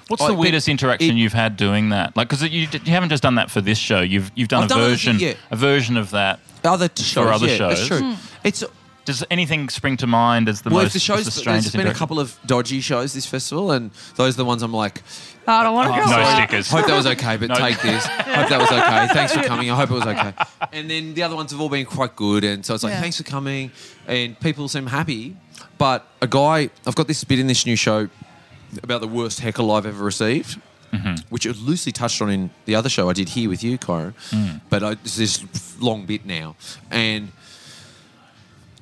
[SPEAKER 2] What's
[SPEAKER 4] I-
[SPEAKER 2] the
[SPEAKER 4] but
[SPEAKER 2] weirdest interaction
[SPEAKER 4] it-
[SPEAKER 2] you've had doing that? Like, because you, d- you haven't just done that for this show. You've you've done
[SPEAKER 4] I've
[SPEAKER 2] a
[SPEAKER 4] done other
[SPEAKER 2] version,
[SPEAKER 4] thing, yeah.
[SPEAKER 2] a version of that.
[SPEAKER 4] Other t- shows,
[SPEAKER 2] other
[SPEAKER 4] yeah,
[SPEAKER 2] shows.
[SPEAKER 4] that's
[SPEAKER 3] Hmm.
[SPEAKER 4] true. It's
[SPEAKER 2] Does anything spring to mind as the
[SPEAKER 4] well,
[SPEAKER 2] most
[SPEAKER 4] if the shows,
[SPEAKER 2] as the
[SPEAKER 4] there's
[SPEAKER 2] strangest
[SPEAKER 4] been a
[SPEAKER 2] interaction?
[SPEAKER 4] couple of dodgy shows this festival, and those are the ones I'm like,
[SPEAKER 3] I don't want to go.
[SPEAKER 2] Oh, No
[SPEAKER 3] away.
[SPEAKER 2] stickers.
[SPEAKER 4] "Hope that was okay, but
[SPEAKER 2] No.
[SPEAKER 4] take this. Hope that was okay. Thanks for coming. I hope it was okay." And then the other ones have all been quite good, and so it's like,
[SPEAKER 3] Yeah.
[SPEAKER 4] "Thanks for coming," and people seem happy. But a guy, I've got this bit in this new show about the worst heckle I've ever received. which it loosely touched on in the other show I did here with you, Kyron. But I, it's this long bit now, and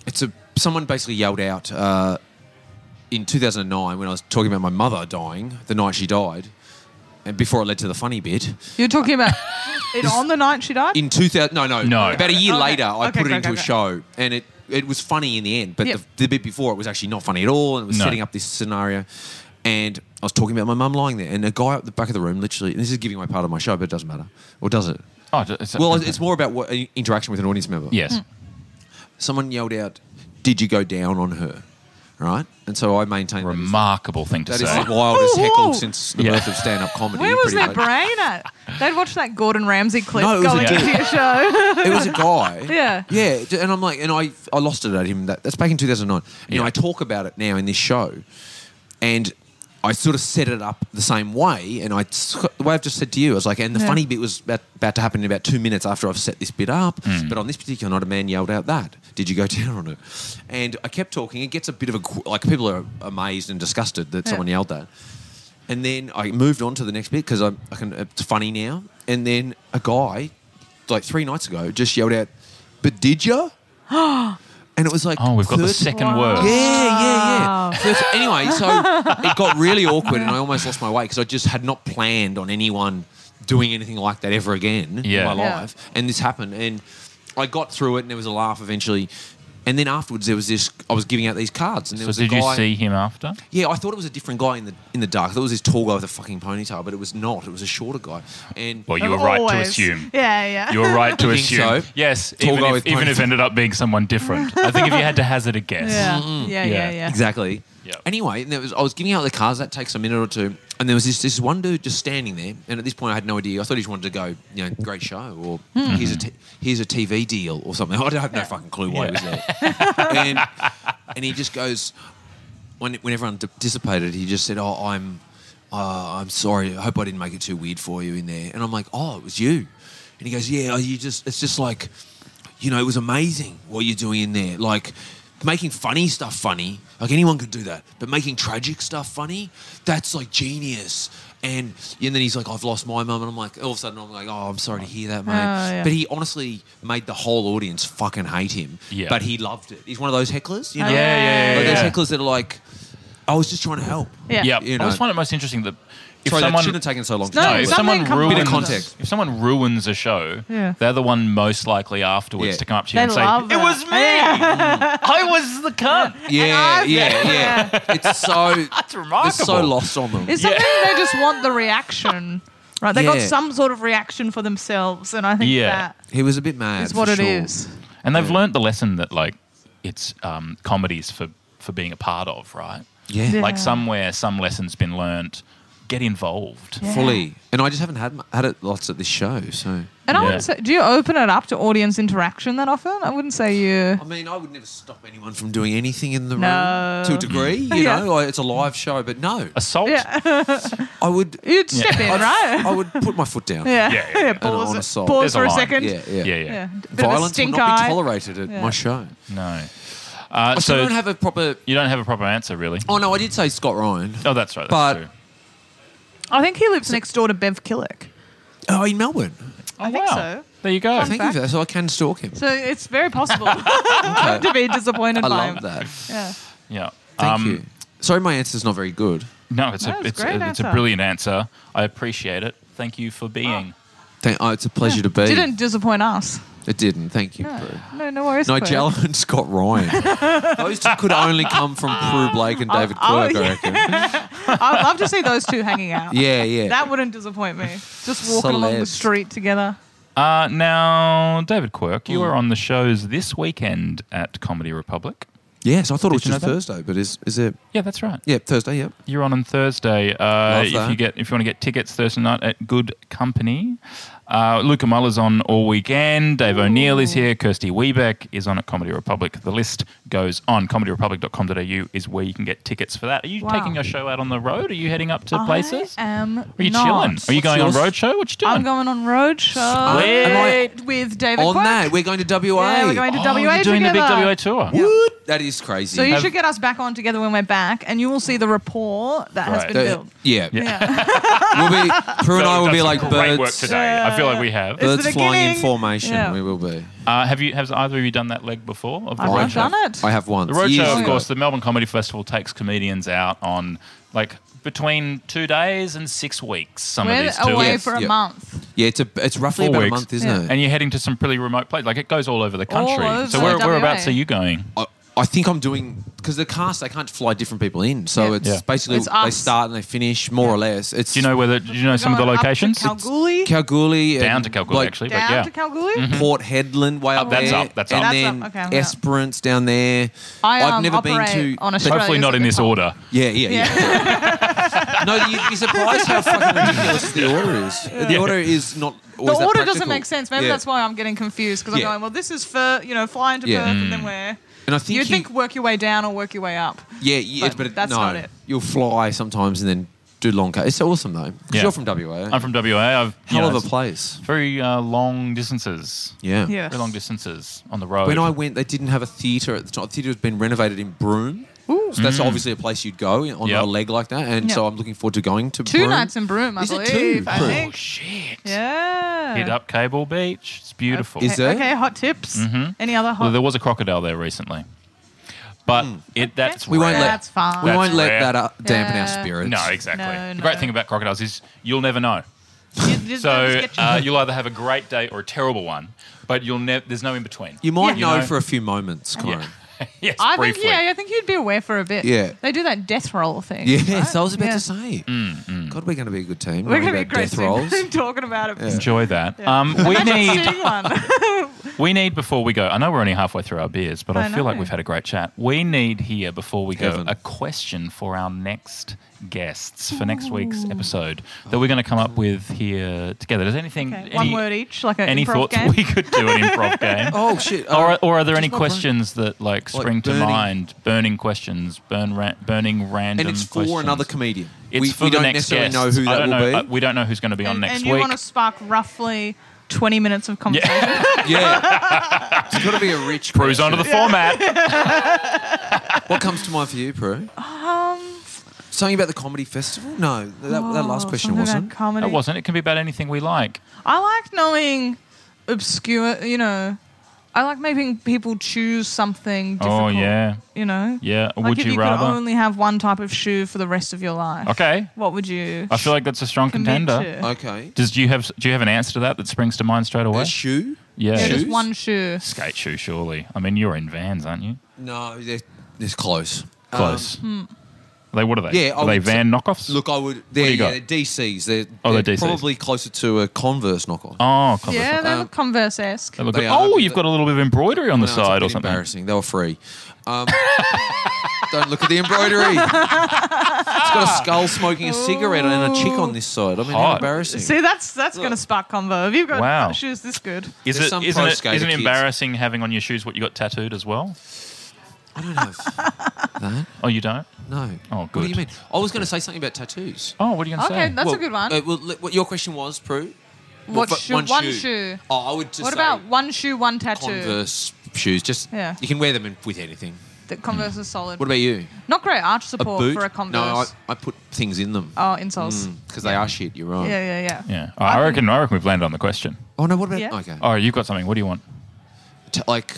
[SPEAKER 4] it's a someone basically yelled out uh, in 2009 when I was talking about my mother dying the night she died, and before it led to the funny bit.
[SPEAKER 3] You're talking about it on the night she died.
[SPEAKER 4] In 2000, no, no,
[SPEAKER 2] No.
[SPEAKER 4] About a year
[SPEAKER 3] Okay.
[SPEAKER 4] later, I
[SPEAKER 3] Okay,
[SPEAKER 4] put it
[SPEAKER 3] okay,
[SPEAKER 4] into
[SPEAKER 3] okay.
[SPEAKER 4] a show, and it it was funny in the end, but
[SPEAKER 3] Yep.
[SPEAKER 4] the, the bit before it was actually not funny at all, and it was
[SPEAKER 2] No.
[SPEAKER 4] setting up this scenario. And I was talking about my mum lying there, and a guy up the back of the room, literally, and this is giving away part of my show, but it doesn't matter, or does it?
[SPEAKER 2] Oh, d- it's,
[SPEAKER 4] Well, it's Hmm. more about what uh, interaction with an audience member.
[SPEAKER 2] yes.
[SPEAKER 4] Someone yelled out, "Did you go down on her?" Right, and so I maintain that is-
[SPEAKER 2] Remarkable thing to
[SPEAKER 4] that
[SPEAKER 2] say.
[SPEAKER 4] is the wildest
[SPEAKER 3] Ooh,
[SPEAKER 4] heckle
[SPEAKER 3] whoa.
[SPEAKER 4] since the
[SPEAKER 2] Yeah.
[SPEAKER 4] birth of stand-up comedy.
[SPEAKER 3] Where was
[SPEAKER 4] pretty
[SPEAKER 3] their
[SPEAKER 4] much.
[SPEAKER 3] brain at? They'd watch that Gordon Ramsay clip
[SPEAKER 4] No, it was a
[SPEAKER 3] going
[SPEAKER 2] dude.
[SPEAKER 3] into your show.
[SPEAKER 4] It was a guy.
[SPEAKER 3] Yeah.
[SPEAKER 4] Yeah. d- And I'm like, and I, I lost it at him. That, that's back in 2009. You know,
[SPEAKER 2] Yeah.
[SPEAKER 4] I talk about it now in this show. And I sort of set it up the same way, and I the way I've just said to you, I was like, and the
[SPEAKER 3] Yeah.
[SPEAKER 4] funny bit was about, about to happen in about two minutes after I've set this bit up. But on this particular night, a man yelled out that, "Did you go down on it?" And I kept talking. It gets a bit of a qu- like people are amazed and disgusted that
[SPEAKER 3] Yeah.
[SPEAKER 4] someone yelled that. And then I moved on to the next bit because I, I can. It's funny now. And then a guy, like three nights ago, just yelled out, "But did you?" and it was like,
[SPEAKER 2] Oh, we've got the
[SPEAKER 4] 30
[SPEAKER 2] second
[SPEAKER 3] Wow.
[SPEAKER 2] word.
[SPEAKER 4] yeah, yeah,
[SPEAKER 3] Wow.
[SPEAKER 4] yeah. So it's- anyway, so it got really awkward, and I almost lost my way because I just had not planned on anyone doing anything like that ever again
[SPEAKER 2] Yeah.
[SPEAKER 4] in my
[SPEAKER 3] Yeah.
[SPEAKER 4] life. And this happened, and I got through it, and there was a laugh eventually. And then afterwards, there was this. I was giving out these cards, and there
[SPEAKER 2] So
[SPEAKER 4] was
[SPEAKER 2] did
[SPEAKER 4] a
[SPEAKER 2] you
[SPEAKER 4] guy.
[SPEAKER 2] see him after?
[SPEAKER 4] Yeah, I thought it was a different guy in the in the dark. I thought it was this tall guy with a fucking ponytail, but it was not. It was a shorter guy. And
[SPEAKER 2] Well, you were right to
[SPEAKER 3] Always.
[SPEAKER 2] assume.
[SPEAKER 3] Yeah, yeah.
[SPEAKER 2] You were right to
[SPEAKER 4] You think
[SPEAKER 2] assume.
[SPEAKER 4] so?
[SPEAKER 2] Yes,
[SPEAKER 4] Tall
[SPEAKER 2] even,
[SPEAKER 4] guy
[SPEAKER 2] if,
[SPEAKER 4] with
[SPEAKER 2] even if
[SPEAKER 4] ponytail.
[SPEAKER 2] ended up being someone different. I think if you had to hazard a guess.
[SPEAKER 3] Yeah. yeah,
[SPEAKER 2] Yeah.
[SPEAKER 3] yeah, yeah.
[SPEAKER 4] Exactly.
[SPEAKER 2] Yep.
[SPEAKER 4] Anyway, and there was, I was giving out the cars. That takes a minute or two. And there was this, this one dude just standing there. And at this point, I had no idea. I thought he just wanted to go, you know, great show or here's, a t- here's a TV deal or something. I have no fucking clue why he was there. and, and he just goes, when, when everyone d- dissipated, he just said, oh, I'm, uh, I'm sorry. I hope I didn't make it too weird for you in there. And I'm like, oh, it was you. And he goes, yeah, oh, you just, it's just like, you know, it was amazing what you're doing in there. Like making funny stuff funny, like anyone could do that, but making tragic stuff funny, that's like genius. And, and then he's like, I've lost my mum. And I'm like, all of a sudden, I'm like, oh, I'm sorry to hear that, mate.
[SPEAKER 3] Oh, yeah.
[SPEAKER 4] But he honestly made the whole audience fucking hate him.
[SPEAKER 2] Yeah.
[SPEAKER 4] But he loved it. He's one of those hecklers,
[SPEAKER 3] Oh,
[SPEAKER 4] you know?
[SPEAKER 2] Yeah, yeah, yeah.
[SPEAKER 4] Like
[SPEAKER 2] yeah.
[SPEAKER 4] those hecklers that are like, I was just trying to help.
[SPEAKER 3] Yeah.
[SPEAKER 2] Yeah.
[SPEAKER 4] You
[SPEAKER 2] I always
[SPEAKER 4] know.
[SPEAKER 2] find it most interesting that if
[SPEAKER 4] Sorry, that
[SPEAKER 2] someone
[SPEAKER 4] shouldn't have taken so long. to
[SPEAKER 3] No,
[SPEAKER 2] No,
[SPEAKER 4] tell
[SPEAKER 2] if
[SPEAKER 4] you.
[SPEAKER 3] something
[SPEAKER 2] someone
[SPEAKER 3] comes
[SPEAKER 2] ruins
[SPEAKER 4] Bit of context.
[SPEAKER 2] if someone ruins a show,
[SPEAKER 3] Yeah.
[SPEAKER 2] they're the one most likely afterwards
[SPEAKER 4] Yeah.
[SPEAKER 2] to come up to you
[SPEAKER 3] They
[SPEAKER 2] and say,
[SPEAKER 3] love
[SPEAKER 2] "It was me. I was the cunt."
[SPEAKER 4] Yeah,
[SPEAKER 3] I've-
[SPEAKER 4] yeah, yeah, It's so,
[SPEAKER 2] That's remarkable.
[SPEAKER 4] it's so lost on them.
[SPEAKER 3] It's something they just want the reaction, right? They got
[SPEAKER 4] Yeah.
[SPEAKER 3] some sort of reaction for themselves, and I think
[SPEAKER 2] Yeah.
[SPEAKER 4] He was a bit mad.
[SPEAKER 3] that is what
[SPEAKER 4] for
[SPEAKER 3] it
[SPEAKER 4] sure.
[SPEAKER 3] is.
[SPEAKER 2] And they've learnt the lesson that like it's um, comedies for for being a part of, right?
[SPEAKER 4] Yeah.
[SPEAKER 3] Yeah.
[SPEAKER 2] Like somewhere, some lesson's been learnt. Get involved.
[SPEAKER 4] fully. And I just haven't had had it lots at this show. So
[SPEAKER 3] And I
[SPEAKER 2] Yeah.
[SPEAKER 3] wouldn't say, do you open it up to audience interaction that often? I wouldn't say you.
[SPEAKER 4] I mean, I would never stop anyone from doing anything in the
[SPEAKER 3] No.
[SPEAKER 4] room to a degree. You
[SPEAKER 3] Yeah.
[SPEAKER 4] know, I, it's a live show, but no,
[SPEAKER 2] Assault.
[SPEAKER 3] Yeah,
[SPEAKER 4] I would.
[SPEAKER 3] you'd step in,
[SPEAKER 4] I'd-
[SPEAKER 3] right?
[SPEAKER 4] I would put my foot down.
[SPEAKER 3] Yeah,
[SPEAKER 2] Yeah, yeah, yeah.
[SPEAKER 4] And on
[SPEAKER 3] Pause,
[SPEAKER 4] a
[SPEAKER 3] it-
[SPEAKER 4] salt.
[SPEAKER 3] pause
[SPEAKER 2] There's a
[SPEAKER 3] for a,
[SPEAKER 2] line.
[SPEAKER 3] second.
[SPEAKER 4] Yeah, yeah.
[SPEAKER 2] yeah.
[SPEAKER 3] yeah. Bit of a
[SPEAKER 4] Violence will
[SPEAKER 3] stink
[SPEAKER 4] not be
[SPEAKER 3] eye.
[SPEAKER 4] tolerated at my
[SPEAKER 3] Yeah.
[SPEAKER 4] show.
[SPEAKER 2] No. Uh,
[SPEAKER 4] I
[SPEAKER 2] so
[SPEAKER 4] still Oh, don't have a proper.
[SPEAKER 2] you don't have a proper answer, really.
[SPEAKER 4] Oh no, I did say Scott Ryan.
[SPEAKER 2] Oh, that's right. That's
[SPEAKER 4] But-
[SPEAKER 2] true.
[SPEAKER 3] I think he lives next door to Bev Killick.
[SPEAKER 4] Oh, in Melbourne.
[SPEAKER 2] Oh,
[SPEAKER 3] I think
[SPEAKER 2] wow.
[SPEAKER 3] so.
[SPEAKER 2] There you go.
[SPEAKER 3] I think-
[SPEAKER 4] Thank you for that. So I can stalk him.
[SPEAKER 3] So it's very possible to be disappointed
[SPEAKER 4] I
[SPEAKER 3] by
[SPEAKER 4] love
[SPEAKER 3] him.
[SPEAKER 4] that.
[SPEAKER 3] Yeah.
[SPEAKER 2] yeah.
[SPEAKER 4] Thank
[SPEAKER 2] Um,
[SPEAKER 4] you. Sorry, my answer's not very good.
[SPEAKER 2] No, it's
[SPEAKER 3] That
[SPEAKER 2] a
[SPEAKER 3] was
[SPEAKER 2] it's,
[SPEAKER 3] great
[SPEAKER 2] a it's a
[SPEAKER 3] answer.
[SPEAKER 2] brilliant answer. I appreciate it. Thank you for being.
[SPEAKER 4] Thank, oh, it's a pleasure to be.
[SPEAKER 3] Didn't disappoint us.
[SPEAKER 4] It didn't. Thank you.
[SPEAKER 3] No,
[SPEAKER 4] Prue.
[SPEAKER 3] no, no worries. Claire.
[SPEAKER 4] Nigel and Scott Ryan. Those two could only come from Prue Blake and David
[SPEAKER 3] oh,
[SPEAKER 4] Quirk, I reckon.
[SPEAKER 3] I'd love to see those two hanging out.
[SPEAKER 4] Yeah, yeah.
[SPEAKER 3] That wouldn't disappoint me. Just walking along the
[SPEAKER 4] Celebs.
[SPEAKER 3] street together.
[SPEAKER 2] Uh, now, David Quirk, you were
[SPEAKER 3] Hmm.
[SPEAKER 2] on the shows this weekend at Comedy Republic.
[SPEAKER 4] yes, I thought it was
[SPEAKER 2] Did you
[SPEAKER 4] just
[SPEAKER 2] know that?
[SPEAKER 4] Thursday, but is is it?
[SPEAKER 2] Yeah, that's right.
[SPEAKER 4] Yeah, Thursday. Yep.
[SPEAKER 2] You're on on Thursday. Uh, if
[SPEAKER 4] that.
[SPEAKER 2] you get if you want to get tickets Thursday night at Good Company. Uh, Luca Muller's on all weekend. Dave O'Neill is here. Kirsty Wiebeck is on at Comedy Republic. The list goes on. ComedyRepublic.com.au is where you can get tickets for that. Are you
[SPEAKER 3] Wow.
[SPEAKER 2] taking your show out on the road? Are you heading up to places?
[SPEAKER 3] I am
[SPEAKER 2] Are you
[SPEAKER 3] not.
[SPEAKER 2] chilling? Are you going on
[SPEAKER 4] yours?
[SPEAKER 2] road show? What you doing?
[SPEAKER 3] I'm going on road show
[SPEAKER 2] Sweet.
[SPEAKER 3] with- with David
[SPEAKER 4] On
[SPEAKER 3] Quirk.
[SPEAKER 4] that, we're going to WA.
[SPEAKER 3] Yeah, we're going to
[SPEAKER 2] Oh,
[SPEAKER 3] WA
[SPEAKER 2] you're doing the
[SPEAKER 3] together.
[SPEAKER 2] big WA tour.
[SPEAKER 4] Woot. That is crazy.
[SPEAKER 3] So you
[SPEAKER 2] Have-
[SPEAKER 3] should get us back on together when we're back, and you will see the rapport that has
[SPEAKER 2] Right.
[SPEAKER 3] been
[SPEAKER 4] That-
[SPEAKER 3] built.
[SPEAKER 4] yeah.
[SPEAKER 3] Yeah.
[SPEAKER 4] We'll be, Prue and I will be like
[SPEAKER 2] great work
[SPEAKER 4] birds.
[SPEAKER 2] today. I feel like we have.
[SPEAKER 3] It's
[SPEAKER 4] Birds
[SPEAKER 3] the
[SPEAKER 4] flying in
[SPEAKER 3] beginning.
[SPEAKER 4] formation.
[SPEAKER 3] Yeah.
[SPEAKER 4] We will be.
[SPEAKER 2] Uh, have you? Has either of you done that leg before? Of the
[SPEAKER 3] I've not
[SPEAKER 2] road
[SPEAKER 4] I
[SPEAKER 2] show?
[SPEAKER 3] done
[SPEAKER 4] have-
[SPEAKER 3] it.
[SPEAKER 4] I have once.
[SPEAKER 2] The road
[SPEAKER 4] Years
[SPEAKER 2] show, of
[SPEAKER 4] ago.
[SPEAKER 2] course, the Melbourne Comedy Festival takes comedians out on like between two days and six weeks. Some of
[SPEAKER 3] We're
[SPEAKER 2] these tours,
[SPEAKER 3] away
[SPEAKER 4] Yes,
[SPEAKER 3] for a
[SPEAKER 4] yeah.
[SPEAKER 3] month.
[SPEAKER 4] Yeah, it's a, it's roughly
[SPEAKER 2] Four
[SPEAKER 4] about
[SPEAKER 2] weeks.
[SPEAKER 4] a month, isn't
[SPEAKER 3] Yeah.
[SPEAKER 4] it?
[SPEAKER 2] and you're heading to some pretty remote place. Like it goes all over the
[SPEAKER 3] All
[SPEAKER 2] country.
[SPEAKER 3] over
[SPEAKER 2] so where,
[SPEAKER 3] WA.
[SPEAKER 2] whereabouts are you going?
[SPEAKER 4] I, I think I'm doing because the cast they can't fly different people in, so
[SPEAKER 3] Yeah.
[SPEAKER 4] it's
[SPEAKER 2] Yeah.
[SPEAKER 4] basically
[SPEAKER 3] It's
[SPEAKER 4] they
[SPEAKER 3] us.
[SPEAKER 4] start and they finish more or less. It's
[SPEAKER 2] Do you know whether? Do you know
[SPEAKER 3] We're
[SPEAKER 2] some of the
[SPEAKER 3] going up to
[SPEAKER 2] locations?
[SPEAKER 3] Kalgoorlie.
[SPEAKER 4] Kalgoorlie and,
[SPEAKER 2] down to Kalgoorlie,
[SPEAKER 4] like,
[SPEAKER 2] actually.
[SPEAKER 3] down
[SPEAKER 2] but yeah. Mm-hmm.
[SPEAKER 3] to Kalgoorlie.
[SPEAKER 4] Port Headland way up,
[SPEAKER 2] that's
[SPEAKER 4] there,
[SPEAKER 2] up, that's
[SPEAKER 4] and
[SPEAKER 2] up.
[SPEAKER 4] then
[SPEAKER 3] That's up, okay, yeah.
[SPEAKER 4] Esperance down there.
[SPEAKER 3] I
[SPEAKER 4] I've
[SPEAKER 3] um,
[SPEAKER 4] never been
[SPEAKER 3] operate
[SPEAKER 4] to.
[SPEAKER 3] on
[SPEAKER 4] but-
[SPEAKER 3] Australia.
[SPEAKER 2] Hopefully not in this order.
[SPEAKER 4] yeah, yeah, yeah. no, you'd be surprised how fucking ridiculous the order is. The order is not.
[SPEAKER 3] The
[SPEAKER 4] Always that
[SPEAKER 3] order doesn't
[SPEAKER 4] practical.
[SPEAKER 3] make sense. Maybe
[SPEAKER 4] Yeah.
[SPEAKER 3] that's why I'm getting confused because
[SPEAKER 4] Yeah.
[SPEAKER 3] I'm going, well, this is for you know flying to
[SPEAKER 4] Yeah.
[SPEAKER 3] Perth, and then we're
[SPEAKER 4] And I think
[SPEAKER 3] You'd
[SPEAKER 4] he-
[SPEAKER 3] think work your way down or work your way up.
[SPEAKER 4] yeah, yeah,
[SPEAKER 3] but
[SPEAKER 4] but, it-
[SPEAKER 3] that's
[SPEAKER 4] no,
[SPEAKER 3] not it.
[SPEAKER 4] you'll fly sometimes and then do long cut. It's awesome though. 'Cause
[SPEAKER 2] Yeah.
[SPEAKER 4] You're from WA.
[SPEAKER 2] I'm from WA. I've you
[SPEAKER 4] Hell
[SPEAKER 2] know,
[SPEAKER 4] of a place.
[SPEAKER 2] very uh, long distances.
[SPEAKER 4] Yeah.
[SPEAKER 3] Yeah.
[SPEAKER 2] Very long distances on the road.
[SPEAKER 4] When I went, they didn't have a theatre at the time. The theatre had been renovated in Broome. So that's obviously a place you'd go
[SPEAKER 2] Mm.
[SPEAKER 4] on
[SPEAKER 2] Yep.
[SPEAKER 4] a leg like that. And so
[SPEAKER 3] Yeah.
[SPEAKER 4] I'm looking forward to going to
[SPEAKER 3] Two
[SPEAKER 4] Broome.
[SPEAKER 3] nights in Broome, I
[SPEAKER 4] Is it
[SPEAKER 3] believe.
[SPEAKER 4] two?
[SPEAKER 3] I
[SPEAKER 4] Broome.
[SPEAKER 2] oh
[SPEAKER 3] think.
[SPEAKER 2] shit!
[SPEAKER 3] Yeah.
[SPEAKER 2] Hit up Cable Beach. It's beautiful.
[SPEAKER 3] Okay,
[SPEAKER 4] Is there?
[SPEAKER 3] Okay, hot tips. Any other hot
[SPEAKER 2] Mm-hmm. Well, there was a crocodile there recently, but it that's
[SPEAKER 4] Hmm. We won't
[SPEAKER 2] rare.
[SPEAKER 4] let-
[SPEAKER 3] That's fine.
[SPEAKER 4] We
[SPEAKER 2] That's
[SPEAKER 4] won't let
[SPEAKER 2] rare.
[SPEAKER 4] that uh, dampen our
[SPEAKER 3] Yeah.
[SPEAKER 4] spirits.
[SPEAKER 2] No, exactly.
[SPEAKER 3] No,
[SPEAKER 2] the
[SPEAKER 3] no.
[SPEAKER 2] great thing about crocodiles is you'll never know.
[SPEAKER 3] You just-
[SPEAKER 2] So
[SPEAKER 3] just get your-
[SPEAKER 2] uh, you'll either have a great day or a terrible one, but you'll never. There's no in between.
[SPEAKER 4] You might
[SPEAKER 2] You
[SPEAKER 4] know,
[SPEAKER 2] know-
[SPEAKER 4] for a few moments, Corin.
[SPEAKER 2] Yeah. yes,
[SPEAKER 3] I
[SPEAKER 2] briefly.
[SPEAKER 3] think yeah, I think you'd be aware for a bit.
[SPEAKER 4] Yeah.
[SPEAKER 3] They do that death roll thing.
[SPEAKER 4] Yes,
[SPEAKER 3] right?
[SPEAKER 4] I was about
[SPEAKER 3] Yeah.
[SPEAKER 4] to say. God, we're going to be a good team.
[SPEAKER 3] We're
[SPEAKER 4] going to
[SPEAKER 3] gonna be a great
[SPEAKER 4] death
[SPEAKER 3] team.
[SPEAKER 4] rolls.
[SPEAKER 3] talking about it.
[SPEAKER 2] Enjoy that. Um, we
[SPEAKER 3] Imagine
[SPEAKER 2] need
[SPEAKER 3] seeing one.
[SPEAKER 2] we need before we go. I know we're only halfway through our beers, but I,
[SPEAKER 3] I
[SPEAKER 2] feel like
[SPEAKER 3] know.
[SPEAKER 2] we've had a great chat. We need here before we
[SPEAKER 4] Heaven.
[SPEAKER 2] go a question for our next guests for next week's episode that we're going to come up with here together. Does anything
[SPEAKER 3] Okay,
[SPEAKER 2] any,
[SPEAKER 3] one word each, like an
[SPEAKER 2] any
[SPEAKER 3] improv
[SPEAKER 2] thoughts
[SPEAKER 3] game.
[SPEAKER 2] we could do an improv game?
[SPEAKER 4] Oh, shit.
[SPEAKER 2] Or,
[SPEAKER 4] Um,
[SPEAKER 2] are- or are there any
[SPEAKER 4] just my brain.
[SPEAKER 2] questions that like
[SPEAKER 4] Like
[SPEAKER 2] spring to
[SPEAKER 4] burning-
[SPEAKER 2] mind? Burning questions, burn ra- burning random.
[SPEAKER 4] And it's for
[SPEAKER 2] questions.
[SPEAKER 4] another comedian.
[SPEAKER 2] It's
[SPEAKER 4] we
[SPEAKER 2] for
[SPEAKER 4] we
[SPEAKER 2] the
[SPEAKER 4] don't
[SPEAKER 2] next
[SPEAKER 4] necessarily know
[SPEAKER 2] guests.
[SPEAKER 4] who
[SPEAKER 2] I
[SPEAKER 4] that
[SPEAKER 2] don't
[SPEAKER 4] will
[SPEAKER 2] know,
[SPEAKER 4] be.
[SPEAKER 2] uh, we don't know who's going to be on
[SPEAKER 3] and,
[SPEAKER 2] next
[SPEAKER 3] and you
[SPEAKER 2] week.
[SPEAKER 3] want to spark roughly 20 minutes of conversation.
[SPEAKER 4] yeah. It's got to be a rich
[SPEAKER 2] Prew's onto the format.
[SPEAKER 4] What comes to mind for you, Prue?
[SPEAKER 3] Um,
[SPEAKER 4] Something about the comedy festival? No, that, that last
[SPEAKER 3] oh,
[SPEAKER 4] question
[SPEAKER 3] something about
[SPEAKER 4] wasn't.
[SPEAKER 3] Comedy.
[SPEAKER 2] it wasn't. It can be about anything we like.
[SPEAKER 3] I like knowing obscure, you know, I like making people choose something difficult.
[SPEAKER 2] Oh yeah,
[SPEAKER 3] You know?
[SPEAKER 2] yeah.
[SPEAKER 3] Like
[SPEAKER 2] Would
[SPEAKER 3] if
[SPEAKER 2] you,
[SPEAKER 3] you,
[SPEAKER 2] rather?
[SPEAKER 3] could only have one type of shoe for the rest of your life.
[SPEAKER 2] Okay.
[SPEAKER 3] What would you
[SPEAKER 2] I feel like that's a strong
[SPEAKER 3] commit
[SPEAKER 2] contender.
[SPEAKER 3] to?
[SPEAKER 4] Okay.
[SPEAKER 2] Does do you have do you have an answer to that that springs to mind straight away?
[SPEAKER 4] A shoe?
[SPEAKER 2] yeah.
[SPEAKER 3] Yeah, just
[SPEAKER 4] Shoes?
[SPEAKER 3] one shoe.
[SPEAKER 2] Skate shoe, surely. I mean, you're in Vans, aren't you?
[SPEAKER 4] No, they're, they're close. Um,
[SPEAKER 2] Close.
[SPEAKER 3] Hmm.
[SPEAKER 2] Are they what are they?
[SPEAKER 4] Yeah, I
[SPEAKER 2] are they
[SPEAKER 4] would say-
[SPEAKER 2] Van knockoffs?
[SPEAKER 4] Um, Look, I would. They're,
[SPEAKER 2] you got?
[SPEAKER 4] yeah, they're DCs. They're,
[SPEAKER 2] Oh, they're
[SPEAKER 4] they're,
[SPEAKER 2] DCs.
[SPEAKER 4] probably closer to a Converse knockoff.
[SPEAKER 2] oh, Converse.
[SPEAKER 3] Yeah, they
[SPEAKER 4] Um,
[SPEAKER 3] look Converse esque.
[SPEAKER 2] They look
[SPEAKER 4] They
[SPEAKER 2] good.
[SPEAKER 4] are,
[SPEAKER 2] oh,
[SPEAKER 4] but
[SPEAKER 2] you've
[SPEAKER 4] the-
[SPEAKER 2] got a little bit of embroidery on the
[SPEAKER 4] No, it's a
[SPEAKER 2] side
[SPEAKER 4] bit
[SPEAKER 2] or something.
[SPEAKER 4] Embarrassing. They were free. Um, don't look at the embroidery. it's got a skull smoking a cigarette and a chick on this side. I mean, how
[SPEAKER 2] Hot.
[SPEAKER 4] embarrassing.
[SPEAKER 3] See, that's that's going to spark convo. If you've got
[SPEAKER 2] Wow.
[SPEAKER 3] shoes this good,
[SPEAKER 2] Is
[SPEAKER 4] There's
[SPEAKER 2] it,
[SPEAKER 4] some
[SPEAKER 2] isn't
[SPEAKER 4] pro
[SPEAKER 2] it,
[SPEAKER 4] skater
[SPEAKER 2] isn't it
[SPEAKER 4] kids.
[SPEAKER 2] embarrassing having on your shoes what you got tattooed as well?
[SPEAKER 4] I don't have that.
[SPEAKER 2] Oh, you don't?
[SPEAKER 4] No.
[SPEAKER 2] Oh,
[SPEAKER 4] What do you
[SPEAKER 2] good.
[SPEAKER 4] mean? I was going to say something about tattoos.
[SPEAKER 2] Oh, what are you going to
[SPEAKER 3] okay,
[SPEAKER 2] say?
[SPEAKER 3] that's
[SPEAKER 4] Well,
[SPEAKER 3] a good one.
[SPEAKER 4] Uh, well, li- what your question was, Prue?
[SPEAKER 3] what
[SPEAKER 4] Well, f-
[SPEAKER 3] shoe? One, shoe.
[SPEAKER 4] Oh, I would just
[SPEAKER 3] What
[SPEAKER 4] say
[SPEAKER 3] about one shoe, one tattoo?
[SPEAKER 4] Converse shoes. Just
[SPEAKER 3] Yeah.
[SPEAKER 4] you can wear them in, with anything.
[SPEAKER 3] The Converse is solid.
[SPEAKER 4] What about you?
[SPEAKER 3] Not great arch
[SPEAKER 4] A
[SPEAKER 3] support
[SPEAKER 4] boot?
[SPEAKER 3] for a Converse.
[SPEAKER 4] No, I, Mm, I put things in them
[SPEAKER 3] Oh, insoles.
[SPEAKER 4] because they are shit. You're right.
[SPEAKER 3] Yeah, yeah, yeah.
[SPEAKER 2] yeah. Oh, I,
[SPEAKER 3] I
[SPEAKER 2] reckon, I reckon we've landed on the question.
[SPEAKER 4] Oh no, what about
[SPEAKER 3] Yeah.
[SPEAKER 4] okay?
[SPEAKER 2] Oh, you've got something. What do you want?
[SPEAKER 4] T- like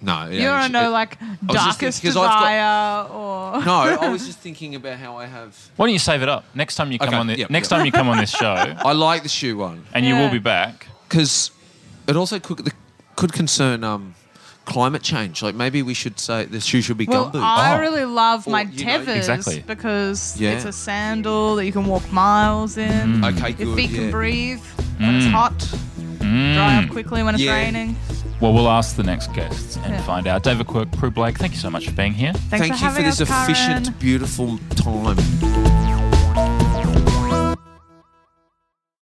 [SPEAKER 4] no, yeah,
[SPEAKER 3] you
[SPEAKER 4] it
[SPEAKER 3] want
[SPEAKER 4] should-
[SPEAKER 3] to know
[SPEAKER 4] it-
[SPEAKER 3] like
[SPEAKER 4] was just
[SPEAKER 3] darkest
[SPEAKER 4] thinking- 'cause I've got-
[SPEAKER 3] desire or
[SPEAKER 4] No, I was just thinking about how I have.
[SPEAKER 2] Why don't you save it up? Next time you come
[SPEAKER 4] Okay,
[SPEAKER 2] on this,
[SPEAKER 4] yep,
[SPEAKER 2] next
[SPEAKER 4] yep.
[SPEAKER 2] time you come on this show,
[SPEAKER 4] I like the shoe one
[SPEAKER 2] and you will
[SPEAKER 3] Yeah.
[SPEAKER 2] be back.
[SPEAKER 4] because it also could the, could concern um climate change. Like maybe we should say the shoe should be
[SPEAKER 3] Well,
[SPEAKER 4] gumboot.
[SPEAKER 3] I
[SPEAKER 2] Oh.
[SPEAKER 3] really love
[SPEAKER 4] Or,
[SPEAKER 3] my
[SPEAKER 4] you know-
[SPEAKER 3] Tevas
[SPEAKER 2] Exactly.
[SPEAKER 3] because
[SPEAKER 4] Yeah.
[SPEAKER 3] it's a sandal that you can walk miles in.
[SPEAKER 4] okay,
[SPEAKER 3] Your
[SPEAKER 4] good.
[SPEAKER 3] feet can
[SPEAKER 4] yeah.
[SPEAKER 3] breathe when it's hot, dry up quickly when it's
[SPEAKER 4] Yeah.
[SPEAKER 3] raining.
[SPEAKER 2] Well, we'll ask the next guests and
[SPEAKER 3] Yeah.
[SPEAKER 2] find out. David Quirk, Prue Blake, thank you so much for being here.
[SPEAKER 3] Thanks
[SPEAKER 4] Thank
[SPEAKER 3] for
[SPEAKER 4] you
[SPEAKER 3] having
[SPEAKER 4] for this
[SPEAKER 3] us, Karen.
[SPEAKER 4] efficient, beautiful time.